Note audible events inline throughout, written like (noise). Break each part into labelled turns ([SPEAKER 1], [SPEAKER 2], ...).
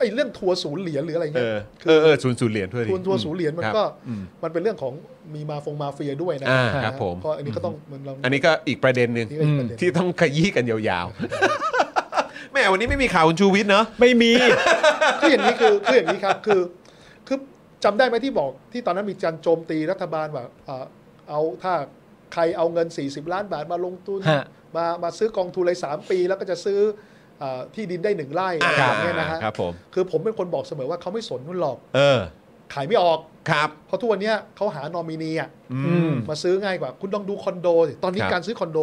[SPEAKER 1] อ้เรื่องทัวร์ศูนย์เหรียญหรืออะไร
[SPEAKER 2] เอ
[SPEAKER 1] เงี้ย
[SPEAKER 2] อเออเออศูนย์ศูนย์เหรียญด้วยดิ
[SPEAKER 1] ทัวร์ทัวร์ศูนย์เหรียญมันก็
[SPEAKER 2] อืม
[SPEAKER 1] มันเป็นเรื่องของมีมาฟงมาเฟียด้วยนะ
[SPEAKER 2] อ่าครับผม
[SPEAKER 1] ก็อันนี้ก็ต้องเหมือนเรา
[SPEAKER 2] อันนี้ก็อีกประเด็นหนึ่ง
[SPEAKER 1] นี่ก็อีกประเด็น
[SPEAKER 2] ที่ต้องขยี้กันยาวๆ แม่วันนี้ไม่มีข่าวคุณชูวิทย์เนาะ
[SPEAKER 3] ไม่มี
[SPEAKER 1] คืออย่างนี้คือคืออย่างนี้ครับคือคือจำได้ไหมที่บอกที่ตอนนั้นมีการโจมตีรัฐบาลว่าเอ่อเอาถ้าใครเอาเงิน 40 ล้านบาทมาลงทุน
[SPEAKER 3] ฮะ
[SPEAKER 1] มามาซื้อกองทุนรายสามปี แล้วก็จะซื้อเอ่อที่ดินได้หนึ่งไร่อะไรอย่างเงี้ยนะฮะ
[SPEAKER 2] ครับผม
[SPEAKER 1] คือผมเป็นคนบอกเสมอว่าเขาไม่สนนู่นหรอก
[SPEAKER 2] เออ
[SPEAKER 1] ขายไม่ออก
[SPEAKER 2] ครับ
[SPEAKER 1] เพราะทุกวันเนี้ยเขาหานอมินีอะ
[SPEAKER 2] อืม
[SPEAKER 1] มาซื้อง่ายกว่า คุณต้องดูคอนโดสิตอนนี้
[SPEAKER 2] ครับ
[SPEAKER 1] การซื้อคอนโด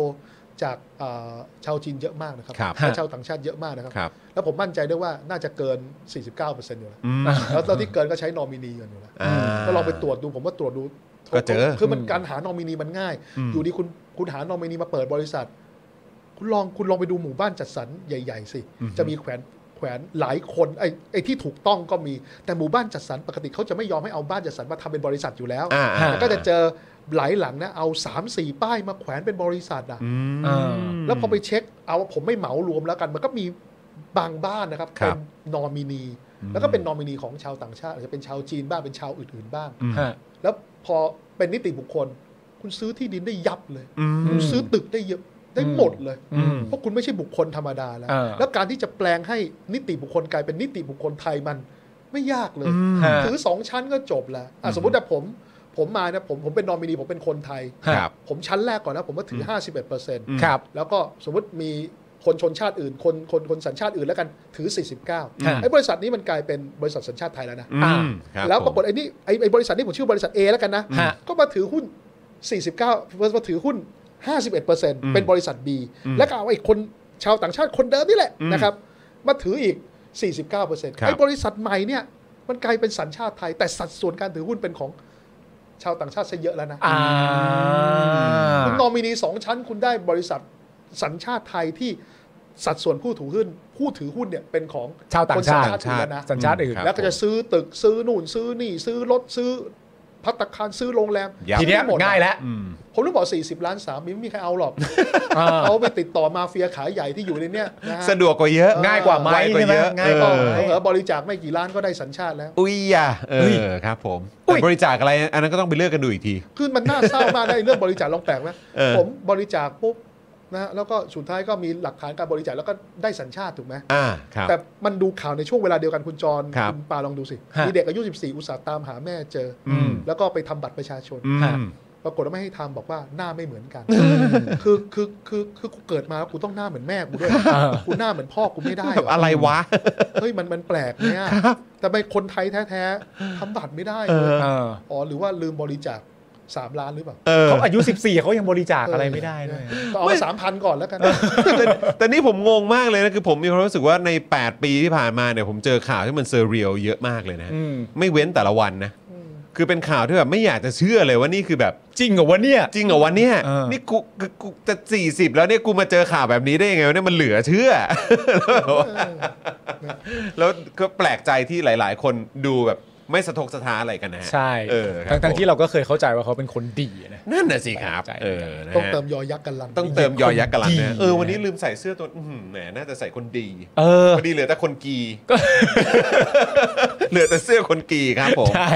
[SPEAKER 1] จากเอ่อชาวจีนเยอะมากนะครับ
[SPEAKER 2] ครับ
[SPEAKER 1] และชาวต่างชาติเยอะมากนะครับ
[SPEAKER 2] ครับ
[SPEAKER 1] แล้วผมมั่นใจด้วยว่าน่าจะเกิน 49%อยู่แล้ว
[SPEAKER 2] อืม
[SPEAKER 1] แล้วตอนที่เกินก็ใช้นอมินีกันอยู่แล้ว
[SPEAKER 2] อ่า
[SPEAKER 1] ก็ลองไปตรวจดูผมว่าตรวจดู
[SPEAKER 2] ก็เจอ
[SPEAKER 1] คือมัน
[SPEAKER 3] อืม
[SPEAKER 1] การหานอมินีมันง่าย
[SPEAKER 2] อืม
[SPEAKER 1] อยู่ดีคุณคุณหานอมินีมาเปิดบริษัท คุณลองคุณลองไปดูหมู่บ้านจัดสรรใหญ่ ๆ สิ จะมีแขวนแขวนหลายคนไอ้ไอ้ที่ถูกต้องก็มีแต่หมู่บ้านจัดสรรปกติเขาจะไม่ยอมให้เอาบ้านจัดสรรมาทำเป็นบริษัทอยู่แล้ว
[SPEAKER 2] อ่า
[SPEAKER 1] แต่ก็จะเจอหลายหลังนะเอา3ามสี่ป้ายมาแขวนเป็นบริษัทอ่ะ
[SPEAKER 2] อืม
[SPEAKER 3] เออ
[SPEAKER 1] แล้วพอไปเช็คเอาว่าผมไม่เหมารวมแล้วกัน มันก็มีบางบ้านนะครับ
[SPEAKER 2] ครั
[SPEAKER 1] เป็
[SPEAKER 2] บ
[SPEAKER 1] นนอมินี
[SPEAKER 2] อืม
[SPEAKER 1] แล้วก็เป็นนอมินีของชาวต่างชาติอาจจะเป็นชาวจีนบ้างเป็นชาวอื่นๆบ้าง
[SPEAKER 2] อืม
[SPEAKER 3] ฮะ
[SPEAKER 1] แล้วพอเป็นนิติบุคคล คุณซื้อที่ดินได้ยับเลย
[SPEAKER 2] อืม
[SPEAKER 1] คุณซื้อตึกได้เยอะได้หมดเลย
[SPEAKER 3] อืม
[SPEAKER 1] เพราะคุณไม่ใช่บุคคลธรรมดาแล้ว
[SPEAKER 3] อ่า
[SPEAKER 1] แล้วการที่จะแปลงให้นิติบุคคลกลายเป็นนิติบุคคลไทยมันไม่ยากเลย
[SPEAKER 2] อืม
[SPEAKER 3] ฮะ
[SPEAKER 1] ถือสองชั้นก็จบแล้วอ่ะสมมติว่าผม ผมมานะผมผมเป็นนอมินีผมเป็นคนไทย
[SPEAKER 2] ครับ
[SPEAKER 1] ผมชั้นแรกก่อนนะผมว่าถือ 51เปอร์เซ็นต์
[SPEAKER 2] อืม
[SPEAKER 3] ครับ
[SPEAKER 1] แล้วก็สมมติมีคนชนชาติอื่น คนคนคนสัญชาติอื่นแล้วกันถือ 49
[SPEAKER 3] ฮะ
[SPEAKER 1] ไอ้บริษัทนี้มันกลายเป็นบริษัทสัญชาติไทยแล้วนะ
[SPEAKER 2] อืมครับ
[SPEAKER 1] แล้วปรา
[SPEAKER 2] ผ
[SPEAKER 1] ก
[SPEAKER 2] ม
[SPEAKER 1] ฏไอ้นี่ไอ้ไอ้บริษัทนี้ผมชื่อบริษัท A แล้วกันนะ
[SPEAKER 3] ฮะ
[SPEAKER 1] ก็มาถือหุ้น 49มาถือหุ้น 51%
[SPEAKER 2] ม
[SPEAKER 1] เป็นบริษัท B
[SPEAKER 2] อืม
[SPEAKER 1] แล้วก็เอาไอ้คนชาวต่างชาติคนเดิมนี่แหละ
[SPEAKER 2] อืม
[SPEAKER 1] นะครับมาถืออีก 49%
[SPEAKER 2] ครับ
[SPEAKER 1] ไอ้บริษัทใหม่เนี่ยมันกลายเป็นสัญชาติไทย แต่สัดส่วนการถือหุ้นเป็นของชาวต่างชาติซะเยอะแล้วนะ
[SPEAKER 3] อ่า
[SPEAKER 1] คุณนอมินีสองชั้นคุณได้บริษัทสัญชาติไทยที่สัดส่วนผู้ถือหุ้นผู้ถือหุ้นเนี่ยเป็นของ
[SPEAKER 3] ชาวต่างชาติ
[SPEAKER 1] คนสัญชาติอื่นแล้วนะ
[SPEAKER 3] สัญชาติอื่น
[SPEAKER 2] ครับ
[SPEAKER 1] แล้วก็จะซื้อตึกซื้อนู่นซื้อนี่ ซื้อรถซื้อพัตตาคารซื้อโรงแรม
[SPEAKER 2] ยับ
[SPEAKER 3] ทีเนี้ย
[SPEAKER 1] ซื้อหมด
[SPEAKER 3] ง่ายแล้ว
[SPEAKER 2] อืม
[SPEAKER 1] ผมรู้บอก 40 ล้านสามีไม่มีใครเอาหรอก
[SPEAKER 3] เออ
[SPEAKER 1] เอาไปติดต่อมาเฟียขายใหญ่ที่อยู่ในเนี้ยนะฮะ
[SPEAKER 2] สะดวกกว่าเยอะ
[SPEAKER 3] ง่ายกว่าไหม
[SPEAKER 2] วกว่าเยอะ
[SPEAKER 3] ใช่ไหมง่ายกว่า
[SPEAKER 2] เออ
[SPEAKER 1] เออบริจาคไม่กี่ล้านก็ได้สัญชาติแล้ว
[SPEAKER 2] อุ้ยอ่ะเอ
[SPEAKER 3] เฮ้ย
[SPEAKER 2] อครับผม
[SPEAKER 3] อุ๊ย
[SPEAKER 2] แต่บริจาคอะไรอันนั้นก็ต้องไปเลือกกันดูอีกที
[SPEAKER 1] คือมันน่าเศร้ามากนะไอ้เรื่องบริจาคลองแปลกนะ
[SPEAKER 2] เออ
[SPEAKER 1] ผมบริจาคปุ๊บนะฮะแล้วก็สุดท้ายก็มีหลักฐานการบริจาคแล้วก็ได้สัญชาติถูกไหม
[SPEAKER 2] อ่าครับ
[SPEAKER 1] แต่มันดูข่าวในช่วงเวลาเดียวกันคุณจร
[SPEAKER 2] ครับ
[SPEAKER 1] ณปาลองดูสิ
[SPEAKER 3] ฮะ
[SPEAKER 1] มีเด็กอายุ 14 อุตส่าห์ตามหาแม่เจออ
[SPEAKER 2] ม
[SPEAKER 1] แล้วก็ไปทำบัตรประชาชน
[SPEAKER 2] อื
[SPEAKER 3] ฮะ
[SPEAKER 2] ม
[SPEAKER 1] ปรากฏว่าไม่ให้ทำบอกว่าหน้าไม่เหมือนกัน คือคือคือคือกูเกิดมาแล้วกูต้องหน้าเหมือนแม่กูด้วย กูหน้าเหมือนพ่อกูไม่ได้เหร
[SPEAKER 2] แบบอะไรวะ
[SPEAKER 1] เฮ้ยมันมันแปลกเนี่ยแต่ไปคนไทยแท้ๆทำบัตรไม่ได้
[SPEAKER 2] เอ
[SPEAKER 1] เลย
[SPEAKER 2] อ
[SPEAKER 3] เออ
[SPEAKER 1] อ๋อหรือว่าลืมบริจาคสามล้านหรือเปล่า
[SPEAKER 2] เออ
[SPEAKER 3] เขาอายุ 14เขายังบริจาคอะไรไม่ได้เลย
[SPEAKER 1] ก็เอามาสามพันก่อนแล้วกัน
[SPEAKER 2] แต่แต่นี่ผมงงมากเลยนะคือผมมีความรู้สึกว่าใน 8 ปีที่ผ่านมาเนี่ยผมเจอข่าวที่มันเซอร์เรียลเยอะมากเลยนะ
[SPEAKER 3] อืม
[SPEAKER 2] ไม่เว้นแต่ละวันนะ คือเป็นข่าวที่แบบไม่อยากจะเชื่อเลยว่านี่คือแบบ
[SPEAKER 3] จริงเหรอวะเนี่ย
[SPEAKER 2] จริงเหรอวันเนี้ย
[SPEAKER 3] เออ
[SPEAKER 2] นี่กูกูกูจะ 40 แล้วเนี่ยกูมาเจอข่าวแบบนี้ได้ยังไงวะเนี่ยมันเหลือเชื่อ แล้วก็แปลกใจที่หลาย ๆ คนดูแบบไม่สะทกสะท้านอะไรกันนะฮะ
[SPEAKER 3] ใช่
[SPEAKER 2] เออครับ
[SPEAKER 3] ทั้งทั้งๆ
[SPEAKER 2] ผ
[SPEAKER 3] ที่
[SPEAKER 2] ม
[SPEAKER 3] เราก็เคยเข้าใจว่าเขาเป็นคนดีนะ
[SPEAKER 2] นั่นน่ะสิครับ
[SPEAKER 3] แปลกใจ
[SPEAKER 2] เออนะฮะ
[SPEAKER 1] ต้องเติมยอยักษ์กันลัน
[SPEAKER 2] ต้องเติมยอยักษ์กันลัน
[SPEAKER 3] ดี
[SPEAKER 2] นะเออวันนี้ลืมใส่เสื้อตัวอื้อหือแหมน่าจะใส่คนดี
[SPEAKER 3] เออ
[SPEAKER 2] (laughs) พอดีเหลือแต่คนกี เหลือแต่เสื้อคนกีครับผม
[SPEAKER 3] ใช่